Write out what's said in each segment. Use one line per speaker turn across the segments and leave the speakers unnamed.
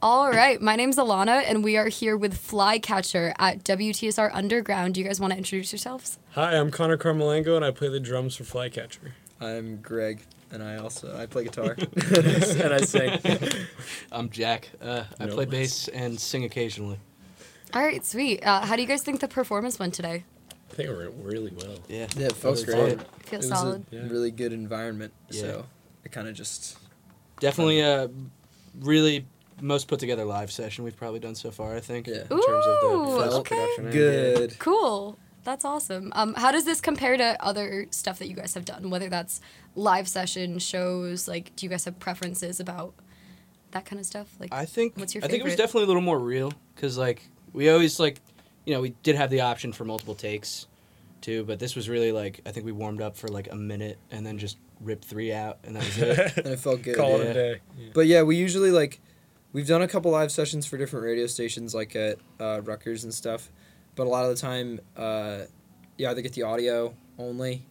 All right. My name's Alana, and we are here with Flycatcher at WTSR Underground. Do you guys want to introduce yourselves?
Hi, I'm Connor Carmelango, and I play the drums for Flycatcher.
I'm Greg, and I also I play guitar and I sing.
I'm Jack. Uh, I
No
play
less.
bass and sing occasionally.
All right, sweet. Uh, how do you guys think the performance went today?
I think it went really well.
Yeah.
Yeah, it felt
was
great.
fun.
Feel
it
solid.
was
Yeah.
a really good environment.
Yeah.
So it kind of just
Definitely uh, really most put together live session we've probably done so far, I think.
Yeah.
In terms of
Ooh,
the
okay.
production. and-
good.
Cool. That's awesome. Um, how does this compare to other stuff that you guys have done? Whether that's live session shows, like, do you guys have preferences about that kind of stuff? Like,
I think
What's your
I think it was
favorite?
definitely a little more real because like we always like you know we did have the option for multiple takes too, but this was really like I think we warmed up for like a minute and then just ripped three out and that was it.
And it felt good.
Call
yeah.
it a
Yeah.
day.
But yeah, we usually like we've done a couple live sessions for different radio stations, like at uh, Rutgers and stuff. But a lot of the time, uh, you either get the audio only,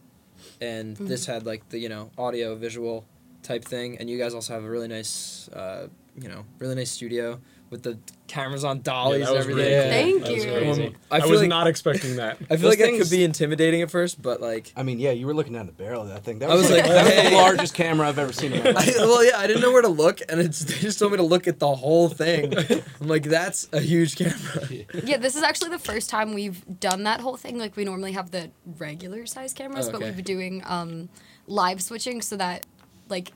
and
Mm-hmm.
this had like the you know audio visual type thing, and you guys also have a really nice uh, you know really nice studio with the cameras on dollies
that
and
was
everything.
really
cool.
Thank
That was
you.
crazy.
Um, I
I,
feel
was
like-
not expecting that.
I feel
Those
like that
things-
could be intimidating at first, but like.
I mean, yeah, you were looking down the barrel of that thing. That
I
was,
was
like,
like,
that was
"Hey."
the largest camera I've ever seen in my life.
I, well, yeah, I didn't know where to look, and it's, they just told me to look at the whole thing. I'm like, that's a huge camera.
yeah, this is actually the first time we've done that whole thing. Like we normally have the regular size cameras,
Oh,
but we've
okay.
been doing um, live switching so that like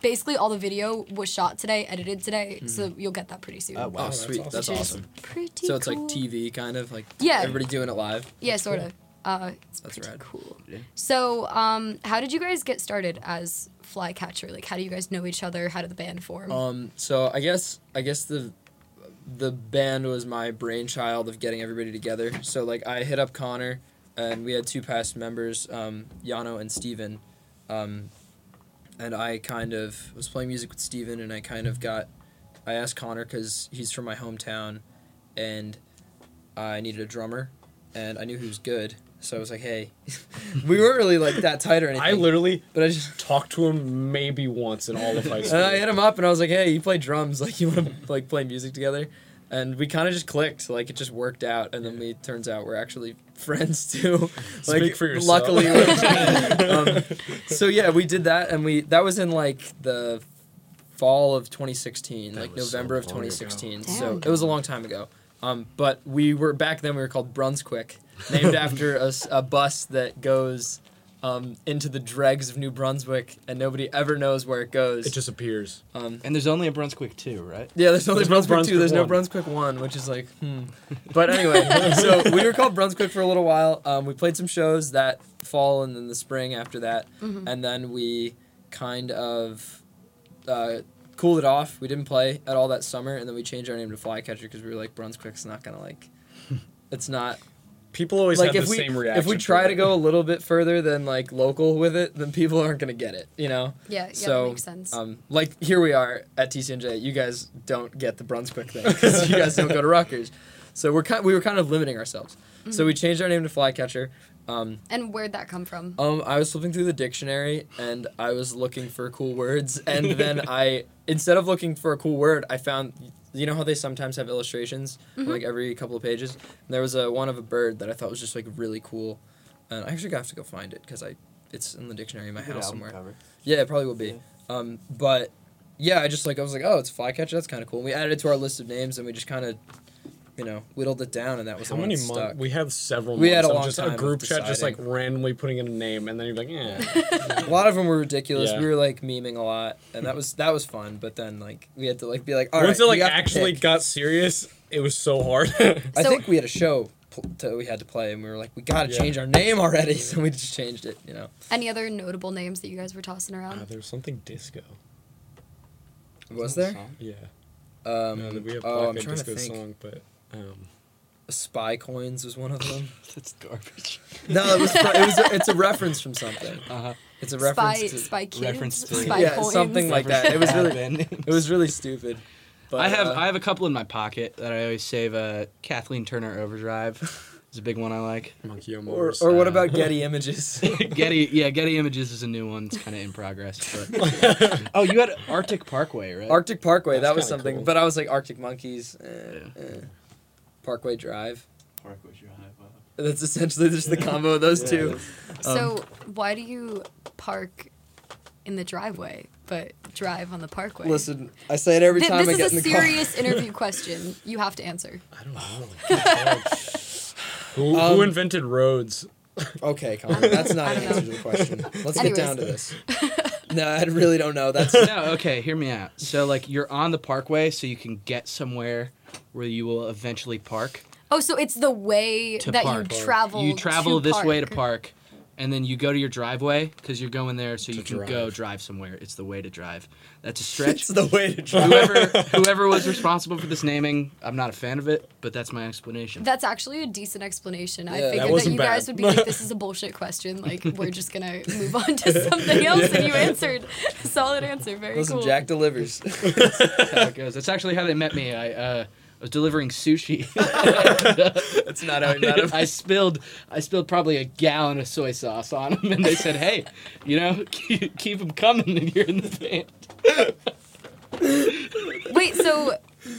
basically all the video was shot today, edited today, so you'll get that pretty soon.
Oh,
Mm-hmm.
wow.
Oh,
that's
sweet,
awesome.
that's
Which is
awesome.
Pretty.
So it's like
cool.
TV kind of like
Yeah.
everybody doing it live.
Yeah, sort of. Uh, it's
That's
pretty
rad.
cool.
Yeah.
So, um, how did you guys get started as Flycatcher? Like, how do you guys know each other? How did the band form?
Um, so I guess I guess the the band was my brainchild of getting everybody together. So like I hit up Connor, and we had two past members, um, Yano and Steven. Um, and I kind of was playing music with Steven, and I kind of got I asked Connor because he's from my hometown, and I needed a drummer, and I knew he was good. So I was like, hey, we weren't really like that tight or anything.
I literally
but I just
talked to him maybe once in all of high school.
And Uh, I hit him up and I was like, "Hey, you play drums? Like, you want to like play music together?" And we kind of just clicked. Like, it just worked out. And then we turns out we're actually friends too. like,
Speak for yourself.
luckily. we're- um, so yeah, we did that, and we that was in like the fall of 2016, like
was so
November of
long ago.
2016.
Damn.
So it was a long time ago. Um, but we were back then. We were called Brunswick, named after a, s- a bus that goes. Um, into the dregs of New Brunswick, and nobody ever knows where it goes.
It just appears.
Um,
And there's only a Brunswick too, right?
yeah, there's only
There's no
Brunswick, two. There's no
Brunswick
Brunswick one, which is like, hmm. But anyway, so we were called Brunswick for a little while. Um, we played some shows that fall and then the spring after that, and then we kind of uh, cooled it off. We didn't play at all that summer, and then we changed our name to Flycatcher because we were like, Brunswick's not gonna like, it's not
People always
like
have
if
the
we
same reaction.
if we
to
try to
it.
go a little bit further than like local with it, then people aren't gonna get it, you know.
yeah, yeah,
so,
that makes sense.
Um, like here we are at TCNJ. You guys don't get the Brunswick thing because you guys don't go to Rutgers. So we're kind, we were kind of limiting ourselves. So we changed our name to Flycatcher. Um,
and where'd that come from?
um, I was flipping through the dictionary and I was looking for cool words, and then I instead of looking for a cool word, I found you know how they sometimes have illustrations like every couple of pages. And there was a one of a bird that I thought was just like really cool, and I actually have to go find it because I it's in the dictionary in my
Good
house
album
somewhere.
cover.
Yeah, it probably will be. Um, but yeah, I just like I was like, oh, it's flycatcher. That's kind of cool. And we added it to our list of names, and we just kind of, you know, whittled it down, and that was
How
the
many
one that
months?
stuck.
We had several.
We had
months
a
of
long
just
time
a
of
group chat, just like
deciding.
randomly putting in a name, and then you're like, eh.
a lot of them were ridiculous.
Yeah.
We were like memeing a lot, and that was that was fun. But then like we had to like be like, all right,
Once it like
we have to
actually
pick.
got serious, it was so hard.
I
So-
think we had a show pl- to, we had to play, and we were like, we gotta
Yeah.
change our name already, so we just changed it. You know,
Any other notable names that you guys were tossing around?
Ah,
Uh, there was something disco.
was there?
Yeah.
Um,
no, we have
oh, I'm
Black Eyed
trying to
Disco
think.
song, but um,
Spy coins was one of them.
That's garbage.
no, it was, it was it's a reference from something.
Uh-huh.
It's a
Spy,
reference to
spy kids,
reference to-
spy
Yeah,
coins.
something like that. It was really, it was really stupid. But
I have
uh,
I have a couple in my pocket that I always save. Uh, Kathleen Turner Overdrive. is a big one I like.
Monkey on
Or,
Mars.
or what
uh,
about Getty Images?
Getty, yeah, Getty Images is a new one. It's kind of in progress. But oh, you had Arctic Parkway, right?
Arctic Parkway,
That's
that was
kinda
something.
cool.
But I was like Arctic Monkeys, eh, eh. Parkway Drive.
Parkway Drive.
That's essentially just the combo of those
Yeah,
two.
so
Um,
why do you park in the driveway but drive on the parkway?
Listen, I say it every
Th-
time I
this
get
is
in
a
the car.
serious interview question. You have to answer.
I don't know. who,
Um,
who invented roads?
Okay, Connor, that's not
I
an
don't know.
answer to the question. Let's
Anyways.
get down to this. No, I really don't know. That's
no, okay, hear me out. So like you're on the parkway, so you can get somewhere where you will eventually park.
Oh, so it's the way
To
that
park.
you travel.
you travel
to
this way to
park.
park, and then you go to your driveway because you're going there, so
To
you can go
drive.
drive somewhere. It's the way to drive. That's a
it's
stretch.
the way to drive.
whoever whoever was responsible for this naming, I'm not a fan of it, but that's my explanation.
That's actually a decent explanation. I
Yeah, that
figured that,
wasn't
you
bad.
guys would be like, "This is a bullshit question. Like, we're just gonna move on to something else." And you answered a solid answer. Very
Listen,
cool.
Jack delivers.
That's how it goes. That's actually how they met me. I uh, was delivering sushi. uh,
that's not how I met him.
I spilled I spilled probably a gallon of soy sauce on them, and they said, "Hey, you know, keep, keep them coming, and you're in the band."
Wait, so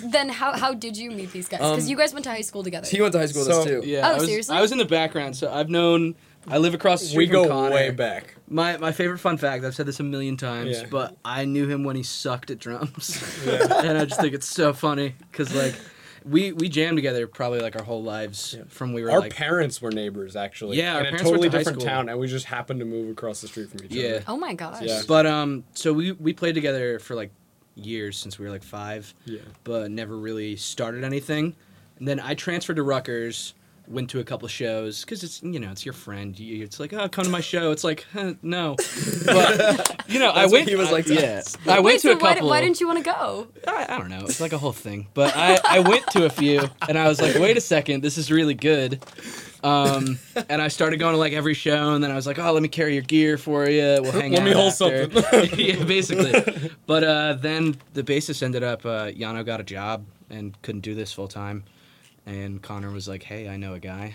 then how how did you meet these guys? Because
Um,
you guys went to high school together.
He went to high school with
So-
us too.
Yeah,
Oh,
I was,
seriously?
I was in the background, so I've known. I live across the street
We
from
go
Connor.
way back.
My my favorite fun fact. I've said this a million times,
Yeah.
but I knew him when he sucked at drums,
Yeah.
and I just think it's so funny because like. We, we jammed together probably like our whole lives from we were
Our
like
parents were neighbors, actually.
Yeah, our
in a
parents went
totally
to high
different
school.
town, and we just happened to move across the street from each
Yeah.
other.
Oh my gosh.
Yeah.
But um, so we we played together for like years since we were like five,
Yeah.
but never really started anything. And then I transferred to Rutgers, went to a couple shows because it's you know it's your friend. You, it's like oh come to my show. It's like huh, no, but you know I
That's what
went.
he was like to
I, yeah,
us.
I went
Wait,
to
so
a
why,
couple.
why didn't you want to go?
I, I don't know. It's like a whole thing. But I, I went to a few and I was like, wait a second, this is really good. Um, and I started going to like every show and then I was like, oh, let me carry your gear for you. We'll hang
Let
out.
me hold
after."
something.
yeah, basically. But uh, then the bassist ended up, uh, Yano got a job and couldn't do this full time. And Connor was like, hey, I know a guy.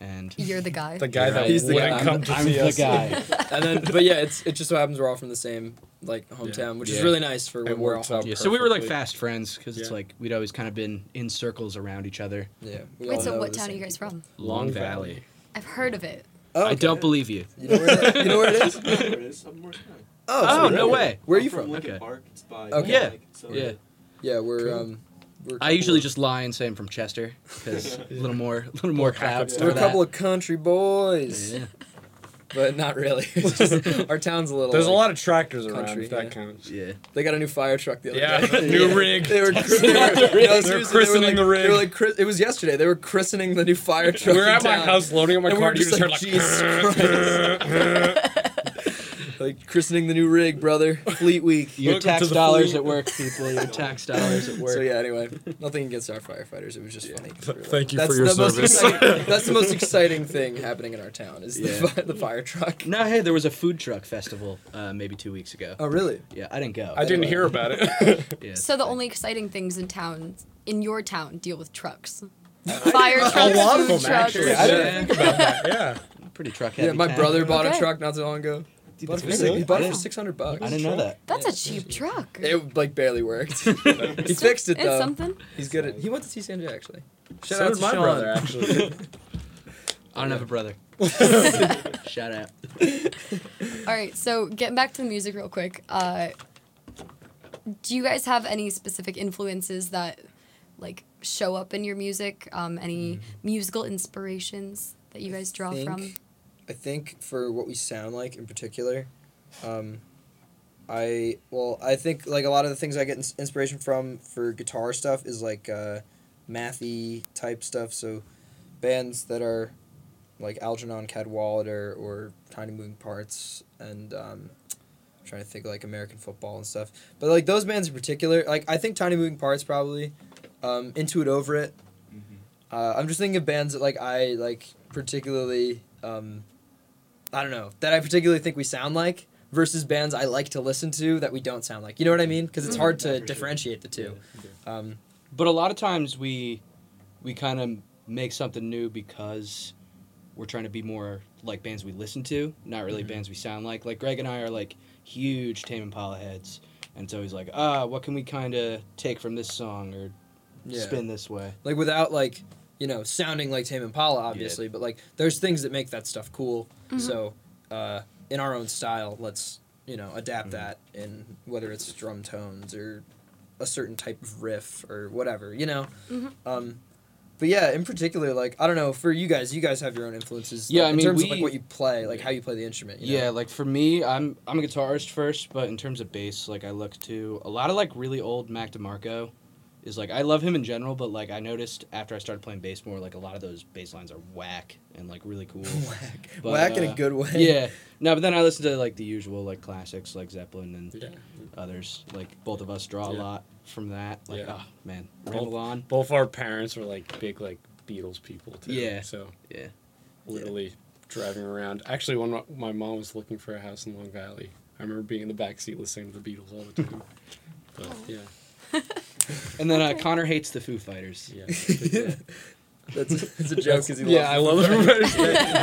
And
You're the guy.
The guy that
He's the
wouldn't
guy.
come to
I'm
see
the
us.
guy.
And then, but yeah, it's it just so happens we're all from the same like hometown, which is
Yeah.
really nice for when
It
we're all.
works out
yeah, so we were like
perfectly.
fast friends because it's
Yeah.
like we'd always kind of been in circles around each other.
Yeah. we
Wait,
all
so
know
what
the
town are
same
you guys
people.
from?
Long,
Long
Valley.
Valley.
I've heard of it.
Oh,
I
okay.
don't believe you.
You know where it, you know where it is?
Yeah, it is. I'm Morris County.
Oh,
so
no
really?
way.
Where are
I'm
you from?
Lincoln
Okay.
Park. It's by
Okay.
Yeah.
like, so-
Yeah.
Yeah, we're um. We're a
I
couple
usually
of-
just lie and say I'm from Chester because a little more, a little more
More half
clout.
of
for
We're a
that.
couple of country boys,
Yeah.
but not really. It's just- our town's a little.
There's a
like-
lot of tractors around,
Country,
if that
yeah.
counts.
yeah.
They got a new fire truck the other
Yeah,
day.
new rig.
They were,
Testing out the
they were-
rig. They're
no, seriously, they were
christening
like-
the rig.
They were like, chris- it was yesterday. They were christening the new fire truck.
We were
in
at my
town.
house loading up my
And we
car,
were
and you
just
just heard
like,
like,
Jesus Like christening the new rig, brother. Fleet week.
Your
Welcome
tax
to the
dollars
fleet.
at work, people. Your tax dollars at work.
So yeah. Anyway, nothing against our firefighters. It was just funny. Really.
Thank you
That's
for your
the most
service.
exciting- that's the most exciting thing happening in our town is
Yeah.
the, fi- the fire truck.
No, hey, there was a food truck festival uh, maybe two weeks ago.
Oh really?
Yeah, I didn't go.
I didn't hear about it.
Yeah.
So the only exciting things in town, in your town, deal with trucks. Fire trucks,
lot of
food
them,
trucks.
actually.
I didn't
Yeah.
think about that. Yeah.
pretty truck heavy.
Yeah, my
town.
brother bought
Okay.
a truck not so long ago. He
Dude,
bought
that's
it for, six,
really-
he bought
I
it for
didn't-
six hundred bucks.
I didn't know that.
That's a cheap truck.
It like barely worked. he fixed it
it's
though.
something.
He's good at. He went to TCNJ actually. Shout
so
out
did
to
my
Sean.
brother, actually.
I don't have a brother. Shout out.
All right, so getting back to the music real quick. Uh, do you guys have any specific influences that like show up in your music? Um, any musical inspirations that you guys draw
Mm-hmm. think-
from?
I think for what we sound like in particular, um, I well, I think like a lot of the things I get ins- inspiration from for guitar stuff is like uh, mathy type stuff. So bands that are like Algernon Cadwallader or Tiny Moving Parts and um, I'm trying to think like American football and stuff. But like those bands in particular, like I think Tiny Moving Parts probably, um, Intuit Over It.
Mm-hmm.
Uh, I'm just thinking of bands that like I like particularly. Um, I don't know that I particularly think we sound like versus bands I like to listen to that we don't sound like. You know what I mean? Because it's
Mhm.
hard
Mm-hmm. Yeah,
to
for sure.
differentiate the two. Um,
But a lot of times we we kind of make something new because we're trying to be more like bands we listen to, not really bands we sound like. Like Greg and I are like huge Tame Impala heads, and so he's like, ah, what can we kind of take from this song or
Yeah.
spin this way?
like without like you know sounding like Tame Impala, obviously, but like there's things that make that stuff cool. So uh, in our own style, let's you know adapt
Mm-hmm.
that in whether it's drum tones or a certain type of riff or whatever, you know. Um, but yeah, in particular, like I don't know for you guys, you guys have your own influences.
Yeah,
like,
I
in
mean,
terms of like
we-
what you play, like how you play the instrument. You
Yeah,
know?
like for me, I'm I'm a guitarist first, but in terms of bass, like I look to a lot of like really old Mac DeMarco. Is like I love him in general, but like I noticed after I started playing bass more, like a lot of those bass lines are whack and like really cool.
whack,
But,
whack in
uh,
a good way.
yeah, no, but then I listen to like the usual like classics like Zeppelin and
Yeah.
others. Like both of us draw a
Yeah.
lot from that. Like
Yeah.
oh man,
Both-
ramble on.
Both our parents were like big like Beatles people too.
Yeah.
So
Yeah.
literally driving around. Actually, when my- my mom was looking for a house in Long Valley, I remember being in the back seat listening to the Beatles all the time. but yeah,
And then uh, Connor hates the Foo Fighters.
yeah.
that's it's a joke because he
yeah, I love them.
loves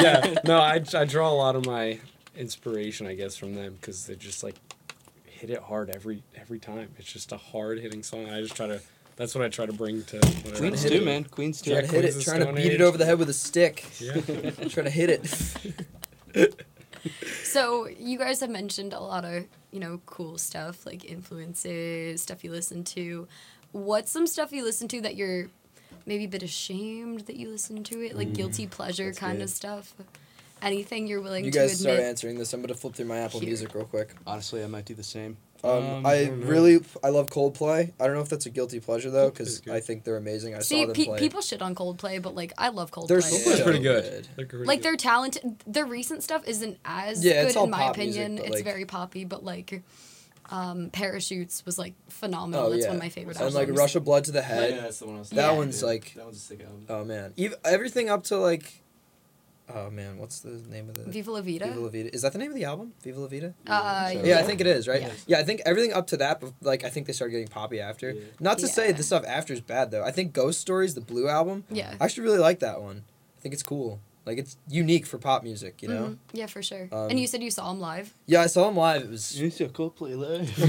yeah, no, I, I draw a lot of my inspiration, I guess, from them because they just like hit it hard every every time. It's just a hard hitting song. I just try to. That's what I try to bring to. Whatever
Queens
I'm
too,
doing.
man. Queens too.
Trying to hit
Queens
it,
of
trying to
Stone
beat
Age.
it over the head with a stick.
Yeah.
trying to hit it.
So you guys have mentioned a lot of you know cool stuff like influences, stuff you listen to. What's some stuff you listen to that you're maybe a bit ashamed that you listen to it, like guilty pleasure
that's
kind
good.
of stuff? Anything you're willing
Mm, you
to
guys start
admit?
answering this. I'm gonna flip through my Apple
Here.
Music real quick.
Honestly, I might do the same.
Um, I really I love Coldplay. I don't know if that's a guilty pleasure though, because
That's good.
I think they're amazing. I
See,
saw them
pe-
play.
people shit on Coldplay, but like I love Coldplay.
they're
Coldplay's
so
pretty good.
good.
They're great.
like their talent their recent stuff isn't as
Yeah, it's
good
all
in my
pop music,
opinion
but,
it's
like-
very poppy but like um, parachutes was like phenomenal
Oh
that's
yeah,
one of my favorite
and
albums
like Rush of Blood to the Head.
that's the one I was
That
thinking,
one's
dude.
like-
that one's a sick album.
Oh man, Ev everything up to like, oh man, what's the name of the
Viva La Vida
Viva La Vida? Is that the name of the album? Viva La Vida.
uh,
Yeah,
yeah,
Yeah, I think it is, right? Yeah.
Yeah.
I think everything up to that, but like I think they started getting poppy after.
Yeah.
Not to say
Yeah.
the stuff after is bad though. I think Ghost Stories, the Blue album,
yeah
I actually really like that one. I think it's cool. Like it's unique for pop music, you know.
Mhm. yeah for sure
Um,
and you said you saw him live
Yeah, I saw him live. It was
still Coldplay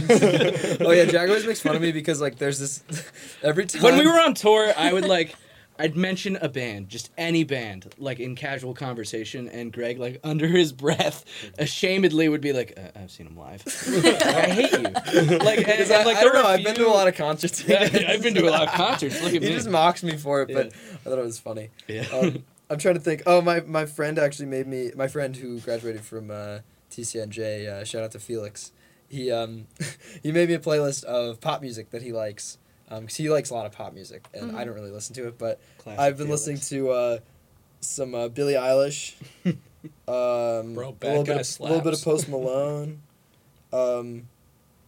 oh yeah, Jack always makes fun of me because like there's this every time
when we were on tour, I would like I'd mention a band, just any band, like in casual conversation, and Greg, like under his breath, ashamedly would be like, uh, "I've seen him live. I hate you." Like, and,
Because
and,
I,
like
I
there
don't
were
know.
a
I've been
few-
to a lot of concerts.
Yeah, yeah, I've been to a lot of concerts. Look at
he
me.
just mocks me for it, but
Yeah.
I thought it was funny.
yeah.
Um, I'm trying to think. Oh, my my friend actually made me. My friend who graduated from uh, TCNJ. Uh, shout out to Felix. He um he made me a playlist of pop music that he likes. Um, 'cause he likes a lot of pop music, and I don't really listen to it, but I've been listening to uh, some uh, Billie Eilish, um,
Bro,
a
bad
little
guy
bit of, little bit of
slaps.
Post Malone, um,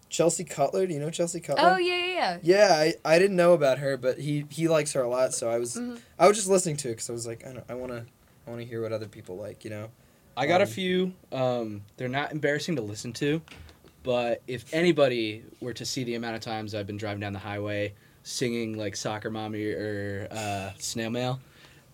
Chelsea Cutler. Do you know Chelsea Cutler?
oh yeah yeah yeah
Yeah, I, I didn't know about her, but he, he likes her a lot. So I was
Mhm.
I was just listening to it because I was like I don't, I wanna I wanna hear what other people like, you know.
I got a
um,
few. Um, they're not embarrassing to listen to, but if anybody were to see the amount of times I've been driving down the highway singing like "Soccer Mommy" or uh, "Snail Mail,"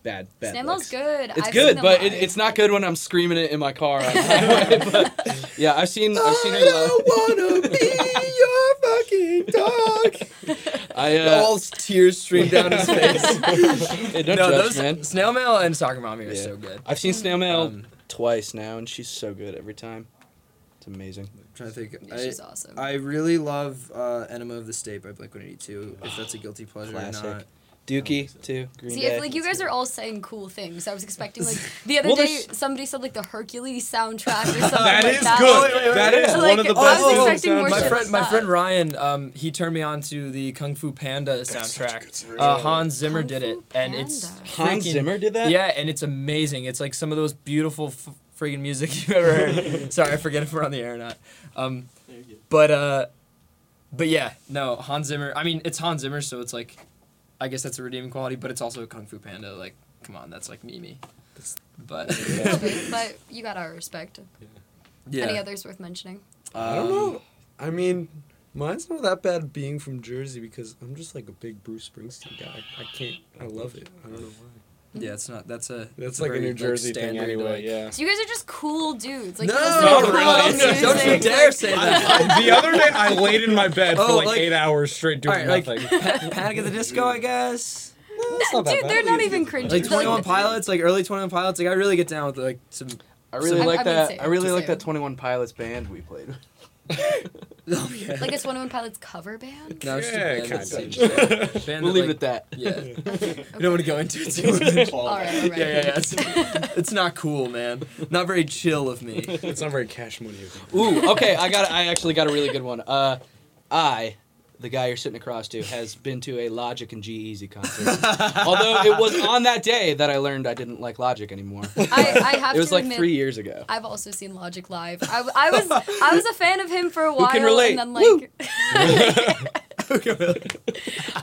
bad bad.
Snail
looks.
Mail's good
It's
I've seen
good,
them
but it,
live.
it's not good when I'm screaming it in my car. on the highway, but, yeah, I've seen I've seen uh, her live.
wanna be your fucking dog.
I uh,
All tears stream down his face.
hey, don't judge, man.
snail mail and soccer mommy are
Yeah.
so good.
I've seen Snail Mail
Um,
twice now, and she's so good every time. It's amazing.
I'm trying to think.
Yeah,
I,
she's awesome
I really love uh, Enema of the State by Blink One Eighty Two. If that's a guilty pleasure
Classic.
or not.
Dookie too. Green
See,
Day.
if, like you guys are all saying cool things. I was expecting like the other
Well,
day
there's-
somebody said like the Hercules soundtrack or something
That
like
is
that.
good.
Wait, wait, wait,
That
wait.
is
So,
one
like,
of the
I was
best. ones
expecting
I've
more
done.
my
shit.
friend, my
Stop.
friend Ryan, um, he turned me on to the Kung Fu Panda soundtrack. Uh, Hans Zimmer
Kung
did
Fu
it, and it's
Panda.
Hans
freaking-
Zimmer did that.
Yeah, and it's amazing. It's like some of those beautiful f- friggin' music you've ever heard. Sorry, I forget if we're on the air or not. Um,
There you go.
but uh, but yeah, no Hans Zimmer. I mean, it's Hans Zimmer, so it's like, I guess that's a redeeming quality, but it's also Kung Fu Panda. Like, come on, that's like Mimi. But
Okay, but you got our respect. Any
yeah,
others worth mentioning?
I don't
Um,
know. I mean, mine's not that bad being from Jersey because I'm just like a big Bruce Springsteen guy. I can't. I love it. I don't know why.
Yeah, it's not. That's a.
That's like a
very,
New Jersey thing
standard,
anyway.
like-
yeah.
So you guys are just cool dudes. Like
No,
you're just like
not
cool
really.
dudes,
Don't you
like-
dare say that.
the other night I laid in my bed for
Oh,
like,
like-
eight hours straight doing
Alright, like
nothing.
Pa- Panic at the Disco, I guess.
It's not that
Dude,
bad.
they're not even cringy.
Like
They're
Twenty One
like-
Pilots, like early Twenty One Pilots. Like I really get down with like some.
I
really
really
I-
like
like
I would that- say
that.
I
I
it, really just like say
really like
that it.
that Twenty One Pilots band we played.
Oh yeah.
Like a Twenty One Pilots cover band.
no, it's just a
Yeah,
band that's
kinda.
interesting. Band
We'll
that,
leave
like-
it at that.
Yeah. We don't want to go into it too much.
All right, all right.
Yeah, yeah, yeah. It's, it's not cool, man. Not very chill of me.
It's not very cash money. is it?
Ooh, okay. I got. I actually got a really good one. Uh, I, the guy you're sitting across to, has been to a Logic and G Easy concert. Although it was on that day that I learned I didn't like Logic anymore.
I, I have
It was
to
like
admit,
three years ago.
I've also seen Logic live. I, w- I was I was a fan of him for a while,
can relate?
and then
Woo!
like I,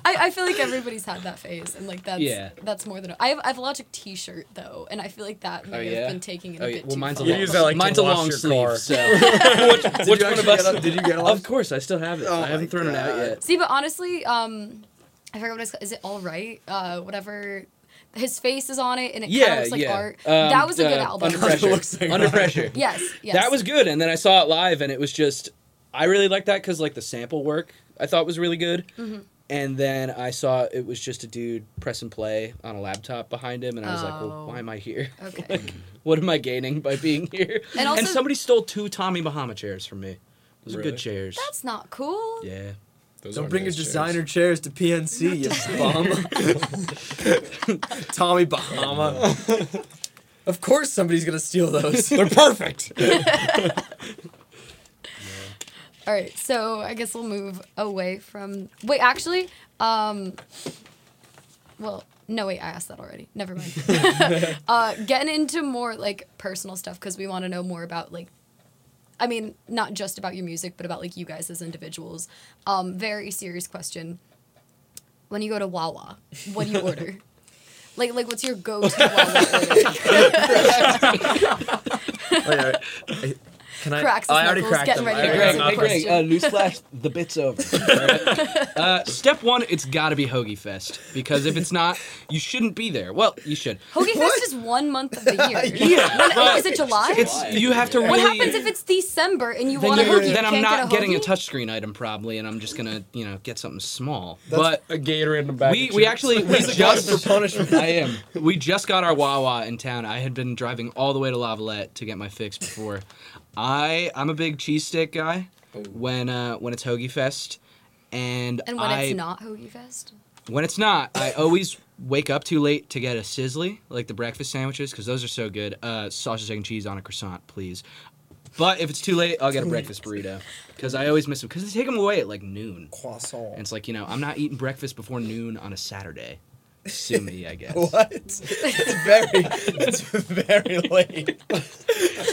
I feel like everybody's had that phase, and like that's
Yeah.
that's more than I have. I have a Logic T-shirt though, and I feel like that may
Oh,
have
yeah?
been taking it
Oh,
a
yeah.
bit
Well,
too
mine's a
far.
You
long,
use that, like, to
mine's a
wash
long
your
sleeve.
car.
So,
Did
which
you
one of
actually
us?
get a- did you get a
Of course, I still have it.
Oh
I haven't
my
thrown it out
God.
yet.
See, but honestly, um, I forgot what it's called. Is it all right? Uh, whatever. His face is on it, and it kind
Yeah,
of looks like
yeah.
art.
Um,
that was a good
uh,
album.
Under pressure.
Looks like
under
art.
pressure.
yes, yes.
That was good, and then I saw it live, and it was just I really liked that because like the sample work I thought was really good,
Mm-hmm.
and then I saw it was just a dude press and play on a laptop behind him, and I was like,
Oh.
well, why am I here?
okay.
What am I gaining by being here?
And also-
somebody stole two Tommy Bahama chairs from me. Those are
Really?
good chairs.
That's not cool.
yeah.
Those
Don't
are
bring your
nice chairs.
designer chairs to PNC, you bum. Tommy Bahama. of course somebody's gonna steal those.
They're perfect.
All right, so I guess we'll move away from. Wait, actually, um, well, no, wait, I asked that already. Never mind. uh, getting into more like personal stuff because we want to know more about like, I mean, not just about your music, but about like you guys as individuals. Um, very serious question. When you go to Wawa, what do you order? like, like, what's your go-to Wawa order?
Wait, wait, wait. Can I?
Cracks
oh,
his
I already
knuckles,
cracked
getting
them.
ready
I
to
Hey
already
go
Greg,
to
cracked my
hey Greg, uh, newsflash, the bit's over. Alright? Uh, step one, it's gotta be Hoagie Fest, because if it's not, you shouldn't be there. Well, you should.
Hoagie Fest is one month of the year.
Uh, Yeah,
When- oh,
but
is it July?
It's, you have to
What
really...
happens if it's December and you
then,
want a
you're-
hoagie?
then
you can't
I'm not
get a
getting a
hoagie?
touchscreen item probably, and I'm just gonna, you know, get something small.
but
but
a gator in the back.
we, we actually we
first
just
for punishment.
I am we just got our Wawa in town. I had been driving all the way to Lavalette to get my fix before. I I'm a big cheese stick guy. When uh when it's Hoagie Fest, and
And when
I,
it's not hoagie fest,
when it's not, I always wake up too late to get a sizzly, like the breakfast sandwiches, because those are so good. Uh, sausage, egg, and cheese on a croissant, please. But if it's too late, I'll get a breakfast burrito, because I always miss them. Because they take them away at like noon,
Croissant.
and it's like you know I'm not eating breakfast before noon on a Saturday. Sue me, I guess.
What? It's very, it's very late.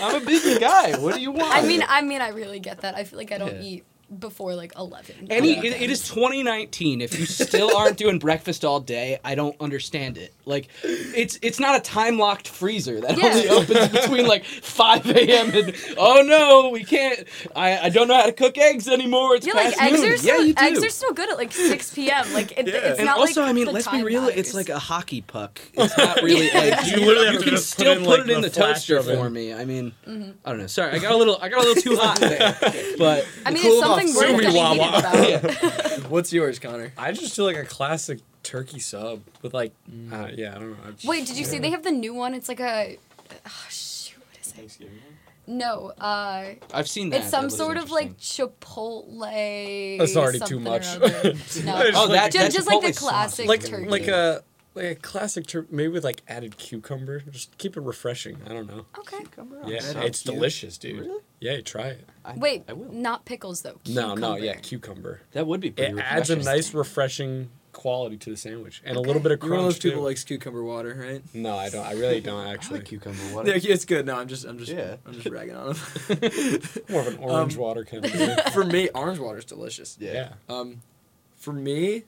I'm a busy guy. What do you want?
I mean, I mean, I really get that. I feel like I don't
Yeah.
eat before like eleven.
Any, it, it is 2019. If you still aren't doing breakfast all day, I don't understand it. Like, it's it's not a time locked freezer that
Yeah.
only opens between like 5 a.m. and oh no, we can't. I, I don't know how to cook eggs anymore. It's
Yeah,
past
like eggs
noon.
are still,
you do.
eggs are still good at like six p.m. Like it, it's
and
not
also,
like
I mean,
the
let's be
time
real. It's
matters.
like a hockey puck. It's not really eggs.
You literally have to
can
just put
still
in,
put,
like,
it in
the
the,
flash
toaster
oven.
for me. I mean,
Mm-hmm.
I don't know. Sorry, I got a little, I got a little too hot there. But
I mean,
cool
it's
off
something worth
Sumi
getting
Wawa.
heated about.
What's yours, Connor?
I just do like a classic turkey sub with like, uh, yeah, I don't know. I just,
Wait, did you see they have the new one? It's like a, oh, shoot, what is it? No, uh,
I've seen that.
it's
That
some
looks
sort of
interesting.
like Chipotle.
That's already too
something or
much.
other. no.
It's Oh, that-
Ju-
that's
just like the
Chipotle sauce.
classic
like
turkey.
like uh, a like a classic tur- maybe with like added cucumber. Just keep it refreshing. I don't know.
okay.
Yeah,
sounds
it's
cute.
delicious, dude.
Really?
Yeah, you try it.
I-
Wait,
I will.
not pickles though.
No, no,
cucumber.
yeah, cucumber.
That would be
It
pretty.
adds a
refreshing.
nice refreshing quality to the sandwich and a
Okay.
little bit of crunch
You're one of those people
too.
who likes cucumber water, right?
no, I don't. I really don't actually.
cucumber
Yeah, it's good. No, I'm just, I'm just,
Yeah.
I'm just ragging on him.
More of
Um,
an orange water kind of thing.
For me, orange water's delicious.
Yeah.
Um, for me,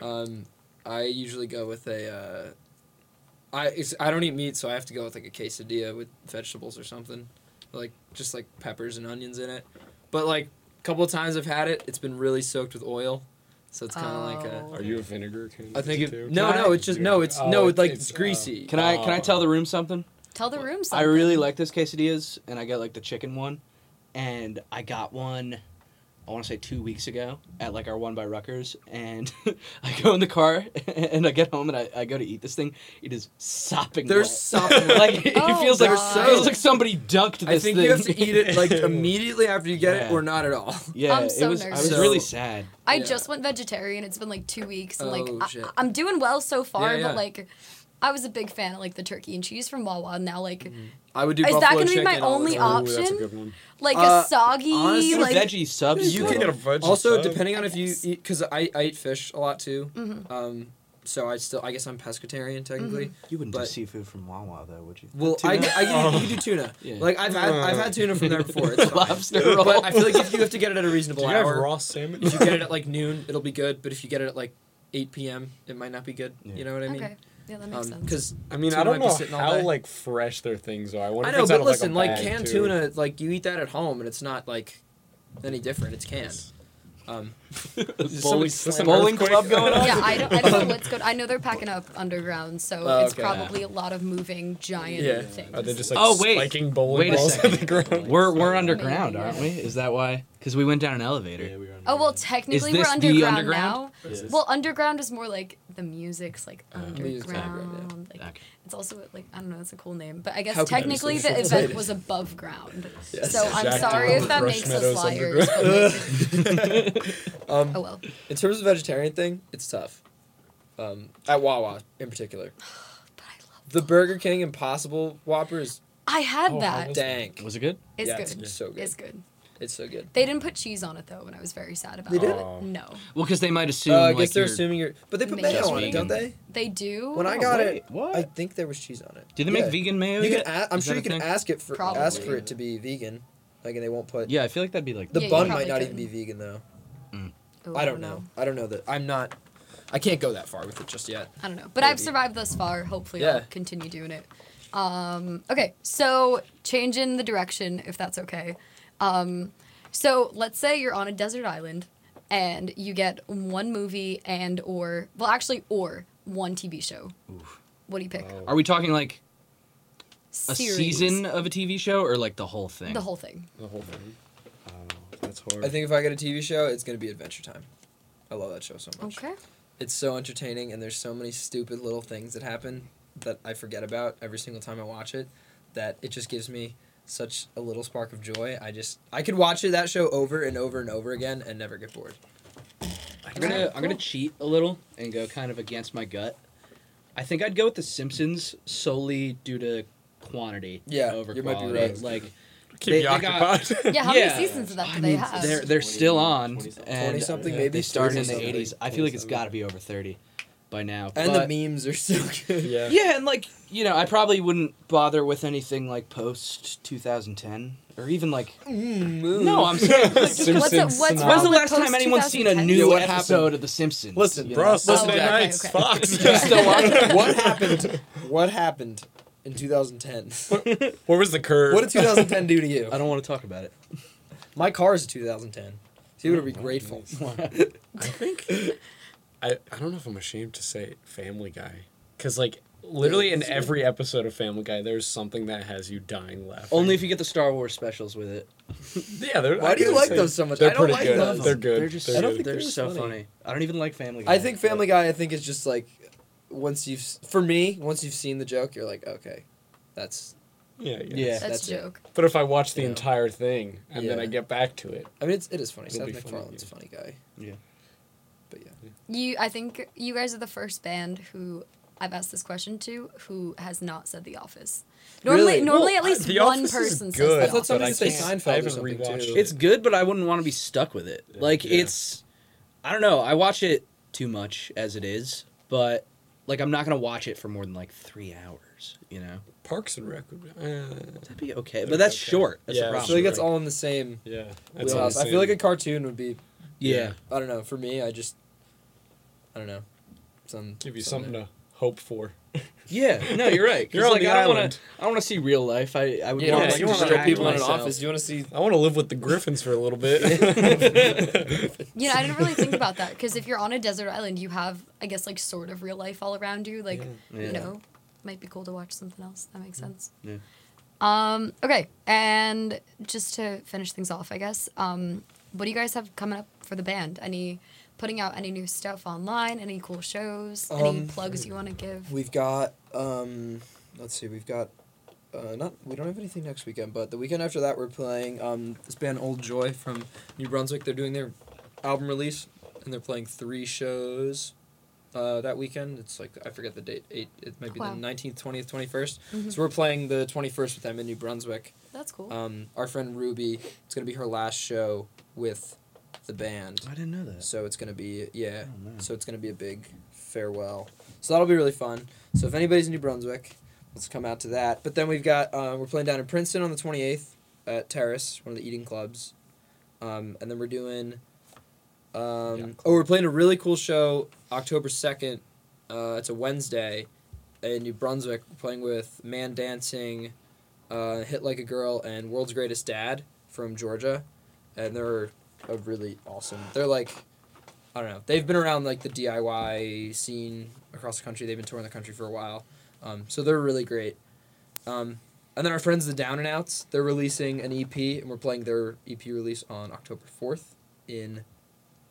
um, I usually go with a. Uh, I it's, I don't eat meat, so I have to go with like a quesadilla with vegetables or something, like just like peppers and onions in it. But like a couple of times I've had it, it's been really soaked with oil, So it's kind of like a.
Oh.
Are you a vinegar candidate?
I think
too?
it, no,
Can
no,
I-
it's just no, it's no,
Oh,
it's like
it's, uh,
it's, greasy.
Can I can I tell the room something?
Tell the room
I
something.
really like this quesadillas, and I got like the chicken one, and I got one. I want to say two weeks ago at like our one by Ruckers, and I go in the car and I get home and I, I go to eat this thing. It is sopping.
They're
wet.
sopping wet.
like it
Oh,
feels like
God.
it feels like somebody dunked this.
I think
thing.
you have to eat it like immediately after you get it,
Yeah.
or not at all.
Yeah,
I'm so
it was. I was
nervous.
really
So-
sad.
I
Yeah.
just went vegetarian. It's been like two weeks, and like
Oh, shit.
I, am doing well so far.
Yeah, yeah.
But like, I was a big fan of like the turkey and cheese from Wawa. and Now like,
I would do.
Is that
buffalo
gonna be my
chicken all
only
the time.
op-
Ooh, that's a
option?
good one.
like
Uh,
a soggy
honestly,
like.
veggie subs.
You
though.
can
get a veggie
Also,
sub.
depending on if you
Yes.
eat, because I, I eat fish a lot too.
Mhm.
Um, so I still, I guess I'm pescatarian technically.
Mm-hmm.
You wouldn't
do But-
seafood from Wawa though, would you?
Well, I, I, I you, you do
Oh.
tuna.
Yeah.
Like I've had, I've had tuna from there before. It's fine.
lobster roll.
But I feel like if you have to get it at a
Do
reasonable
you have
hour,
raw salmon?
if you get it at like noon, it'll be good. But if you get it at like 8 p.m., it might not be good.
Yeah.
You know what I mean? um,
okay, yeah, that makes sense.
Because
I mean,
Tuna
I don't
might be
know
sitting all
how
day.
like fresh their things are. I wonder
I
if
know,
it's out
but
of,
listen,
like, a
like,
bag,
canned
too.
tuna, like you eat that at home, and it's not like any different. It's canned. Um,
Is this
bowling,
an- is this an
bowling
earthquake?
club going on.
yeah, I don't, I don't know what's good. I know they're packing up underground, so
Oh,
it's
okay.
probably a lot of moving giant
Yeah.
things.
Are they just like
Oh, wait.
spiking bowling
Wait a
balls on the
second.
ground?
We're we're
Maybe,
underground, aren't
yeah.
we? Is that why? Because we went down an elevator.
Yeah, we are
oh well,
underground.
technically
Is
we're
this the
underground, now.
underground?
Yes.
Well, underground is more like the music's like
Oh, Music's
underground.
underground, yeah.
like,
Okay.
It's also like I don't know. It's a cool name, but I guess
How could I
technically
miss it?
the event was above ground.
Yes.
So I'm
Jack
sorry
Daniel
if that
Fresh
makes
Meadows
us liars.
Underground.
but, like,
um,
oh well,
in terms of vegetarian thing, it's tough. Um, at Wawa in particular,
but I love.
the Burger King Impossible Whopper is
I had
Oh, how
that.
was it?
dang.
Was it good?
It's
yeah,
good.
It's so good.
It's
It's,
good.
so good.
They didn't put cheese on it though, and I was very sad about
They
it.
didn't?
Oh.
No,
Well, because they might assume.
Uh, I
like,
guess they're
you're-
assuming you're, but they put
Maybe.
mayo on it, don't
Vegan.
they?
they do.
When I
Oh,
got
wait,
it,
what?
I think there was cheese on it.
Did they
yeah.
make vegan mayo?
You can.
yet?
A- I'm
Is
sure
that
you
a
can
thing?
ask it for ask for
Probably.
it to be vegan, like and they won't put.
Yeah, I feel like that'd be like
The
Yeah, you
bun
probably
might not even be
couldn't.
vegan though.
Oh,
I don't know. I don't know that. I'm not. I can't go that far with it just yet.
I don't know. But I've
Maybe.
survived thus far. Hopefully, I'll
Yeah.
continue doing it. Um, okay, so change in the direction, if that's okay. Um, so let's say you're on a desert island and you get one movie and or well actually or one TV show. What do you pick?
Wow.
Are we talking like a
Series.
season of a TV show or like the whole thing?
The whole thing.
The whole thing. Oh, that's hard.
I think if I get a TV show, it's gonna be Adventure Time. I love that show so much.
Okay.
It's so entertaining, and there's so many stupid little things that happen that I forget about every single time I watch it. That it just gives me such a little spark of joy. I just I could watch it, that show over and over and over again and never get bored.
I'm gonna I'm gonna cheat a little and go kind of against my gut. I think I'd go with The Simpsons solely due to quantity.
Yeah,
over
you might be
quality.
right.
Like
Keep
they-
you
they got-
occupied.
Yeah, how
Yeah.
many seasons of that
I
do they
mean,
have?
They're they're still on
20-something.
and
20-something,
uh,
maybe?
They started in the
30-something.
80s. I feel like it's got to be over 30 by now.
And
but-
the memes are so good.
yeah.
Yeah, and like you know, I probably wouldn't bother with anything like post 2010 or even like. No, I'm saying. like,
Simpsons
What's it- what's
snob.
wrong
When's the
with
last time
post-
anyone's seen a
2010?
new
Yeah, what
episode
happened?
of The Simpsons?
Listen,
you
bro,
know?
Sunday
okay,
nights,
okay.
Fox.
You still watch it?
what happened? What happened in 2010?
Where was the curve?
What did 2010 do to you?
I don't want to talk about it.
My car is a 2010. He would be grateful.
I think I, I don't know if I'm ashamed to say Family Guy because like literally in every episode of Family Guy, there's something that has you dying laughing.
Only if you get the Star Wars specials with it.
yeah. they're-
Why
I
do you
gotta
like
say,
those so much?
They're
I don't
pretty
like
good.
those.
They're good.
They're just.
They're
I
good.
don't think
They're
they're, so
funny.
funny. I don't even like Family Guy.
I think Family Guy. I think is just like once you've for me once you've seen the joke, you're like okay, that's.
yeah, yeah.
Yeah.
That's,
That's
a
it.
joke.
But if I watch the
Yeah.
entire thing and then
Yeah.
I get back to it,
I mean it's it is funny.
It'll
Seth
be funny,
MacFarlane's
yeah.
a funny guy.
Yeah.
But yeah.
You I think you guys are the first band who I've asked this question to who has not said The Office. Normally
Really?
normally
Well,
at least
The
one
Office is
person
good,
says The
I thought
Office.
but
somebody
I
said
can't-
Seinfeld
I
or
haven't
something,
rewatched
too.
it.
It's good, but I wouldn't want to be stuck with it.
Yeah.
like
Yeah.
it's, I don't know. I watch it too much as it is, but like I'm not gonna watch it for more than like three hours. You know,
Parks and Rec. would be- Uh,
that'd be okay. But that's
Okay.
short. That's
Yeah,
the
that's
problem.
I feel like it's
Sure.
all in the same
yeah, that's all
wheelhouse. I
I'm
feel like a
saying.
cartoon would be.
yeah.
I don't know. For me, I just. I don't know. Some
give you
some-
something to hope for.
Yeah, no, you're right. 'cause,
You're on
like,
the
I don't
island.
Wanna, I want to see real life. I, I would
You
Yeah,
don't
want
want
to
you
to
wanna
strip
distract
people in an
myself.
office. You want to see.
I want to live with the Griffins for a little bit.
You know, I didn't really think about that because if you're on a desert island, you have, I guess, like sort of real life all around you. Like,
Yeah.
you know, might be cool to watch something else. That makes sense.
Yeah.
Um, okay, and just to finish things off, I guess, um, what do you guys have coming up for the band? Any putting out any new stuff online? Any cool shows? any
Um,
plugs you want to give?
We've got. Um, let's see. We've got. Uh, not we don't have anything next weekend, but the weekend after that we're playing um, this band Old Joy from New Brunswick. They're doing their album release, and they're playing three shows uh, that weekend. It's like I forget the date. Eight. It might be
Wow.
the nineteenth, twentieth, twenty first.
Mhm.
So we're playing the twenty first with them in New Brunswick.
That's cool.
Um, our friend Ruby. It's gonna be her last show with the band.
I didn't know that.
So it's gonna be yeah.
Oh, man.
So it's gonna be a big farewell. So that'll be really fun. So if anybody's in New Brunswick, let's come out to that. But then we've got uh, we're playing down in Princeton on the twenty eighth at Terrace, one of the eating clubs, um, and then we're doing. Um,
Yeah.
Oh, we're playing a really cool show October second. Uh, it's a Wednesday, in New Brunswick. We're playing with Man Dancing, uh, Hit Like a Girl, and World's Greatest Dad from Georgia, and they're a really awesome. They're like I don't know. They've been around like the DIY scene across the country. They've been touring the country for a while, um, so they're really great. Um, and then our friends, the Down and Outs, they're releasing an EP, and we're playing their EP release on October fourth in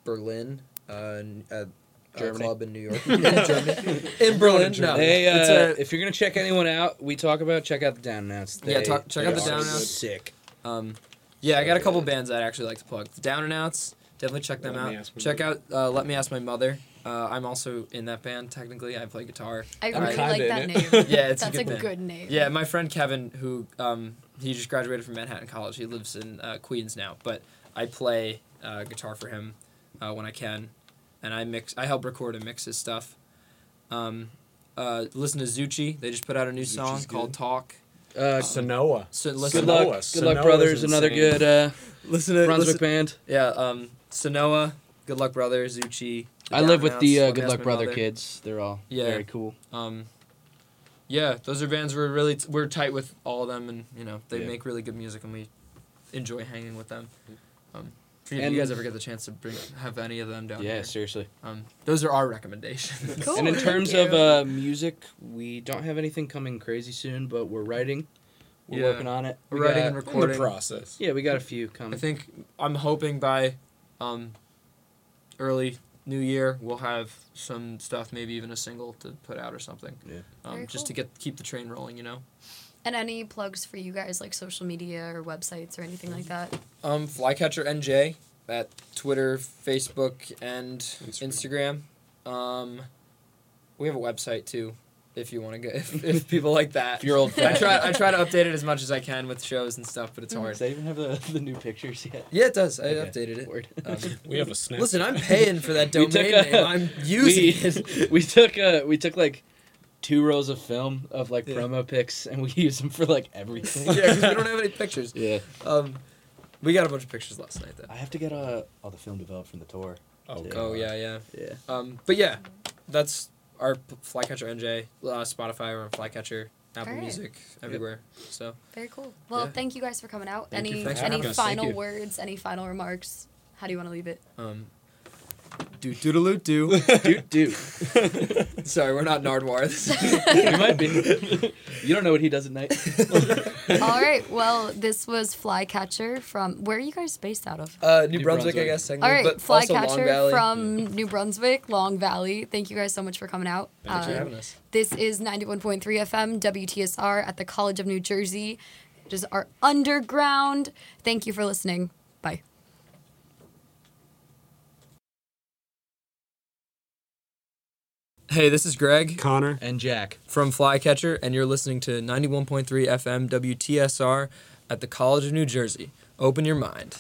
Berlin, uh, n- at a
Germany.
club in New York, in, Germany. in Berlin. No,
They, uh,
it's a-
if you're gonna check anyone out, we talk about, check out the down and outs.
Yeah,
They-
talk- check
they
out the
are
Down and Outs.
Sick.
Um, yeah, I got a
uh,
couple bands that I actually like to plug. The Down and Outs, definitely check them
Let Me
out.
Ask My
Check
Mother.
out uh, Let Me Ask My Mother. Uh, I'm also in that band technically. I play guitar.
I
I'm
really
kinda
like that
in
name.
it.
Yeah, it's
That's
a
a
good, band.
good name.
Yeah, my friend Kevin, who um, he just graduated from Manhattan College. He lives in uh, Queens now, but I play uh, guitar for him uh, when I can, and I mix. I help record and mix his stuff. Um, uh, listen to Zucci. They just put out a new
Zucci's
song called
good.
"Talk."
Uh,
Sanoa.
So
good
listen.
luck,
Sanoa.
good luck,
Sanoa's
brothers. Another
insane.
good uh,
Listen to
Brunswick band.
Yeah, um, Sonoa, Good Luck Brother, Zucci. The
I live
Down
with
and Outs,
the uh,
Let Me
Good
Ask
Luck
My
Brother
Mother.
kids. They're all
Yeah.
very cool.
Um, yeah, those are bands we're really t- we're tight with all of them, and you know they
Yeah.
make really good music, and we enjoy hanging with them. Um, if you,
And-
you guys ever get the chance to bring have any of them down
Yeah,
here,
seriously.
um, those are our recommendations.
Cool.
and in
thank
terms
you.
of uh, music, we don't have anything coming crazy soon, but we're writing. We're
Yeah.
working on it.
We're
We
writing
got-
and
In the
recording.
process.
Yeah, we got a few
I
coming.
think I'm hoping by um, early New Year we'll have some stuff, maybe even a single to put out or something.
Yeah.
Um,
Very
Just to
cool.
get keep the train rolling, you know.
And any plugs for you guys, like social media or websites or anything like that?
Um, Flycatcher NJ at Twitter, Facebook, and
Instagram.
Instagram. Um, we have a website too, if you want to get if, if people like that.
If you're old
I
fashioned.
try I try to update it as much as I can with shows and stuff, but it's hard.
Does that even have the, the new pictures yet?
Yeah, it does. I
Mm-hmm. Okay.
updated it.
Word.
Um,
We have a snap.
listen, I'm paying for that
We
domain
took
name.
a-
I'm using
we,
it.
we took uh we took like two rolls of film of like
Yeah.
promo pics and we used them for like everything.
yeah, 'cause we don't have any pictures.
yeah.
Um, we got a bunch of pictures last night though.
I have to get uh, all the film developed from the tour.
Oh,
Yeah.
Oh yeah, yeah.
Yeah.
Um, but yeah, that's our p- Flycatcher NJ, uh, Spotify, or Flycatcher, Apple
Alright.
Music, everywhere. So
Very cool. Well,
Yeah.
thank you guys for coming out.
Thank you
any
for
having
any
us. Thank
final
you.
words? Any final remarks? How do you want to leave it?
um, do doodaloo do.
Dude, dude.
Sorry, we're not Nardwar. This is-
you might be. You don't know what he does at night.
All right. Well, this was Flycatcher from where are you guys based out of?
uh, New,
New
Brunswick, I
Brunswick.
guess. Technically,
All right,
but also Long
Flycatcher
Valley.
from New Brunswick, Long Valley. Thank you guys so much for coming out.
Thanks for
Uh,
having us.
This is 91.3 FM WTSR at the College of New Jersey. It is our underground. Thank you for listening. Bye.
Hey, this is Greg
Connor.
And Jack.
from Flycatcher, and you're listening to 91.3 FM WTSR at the College of New Jersey. Open your mind.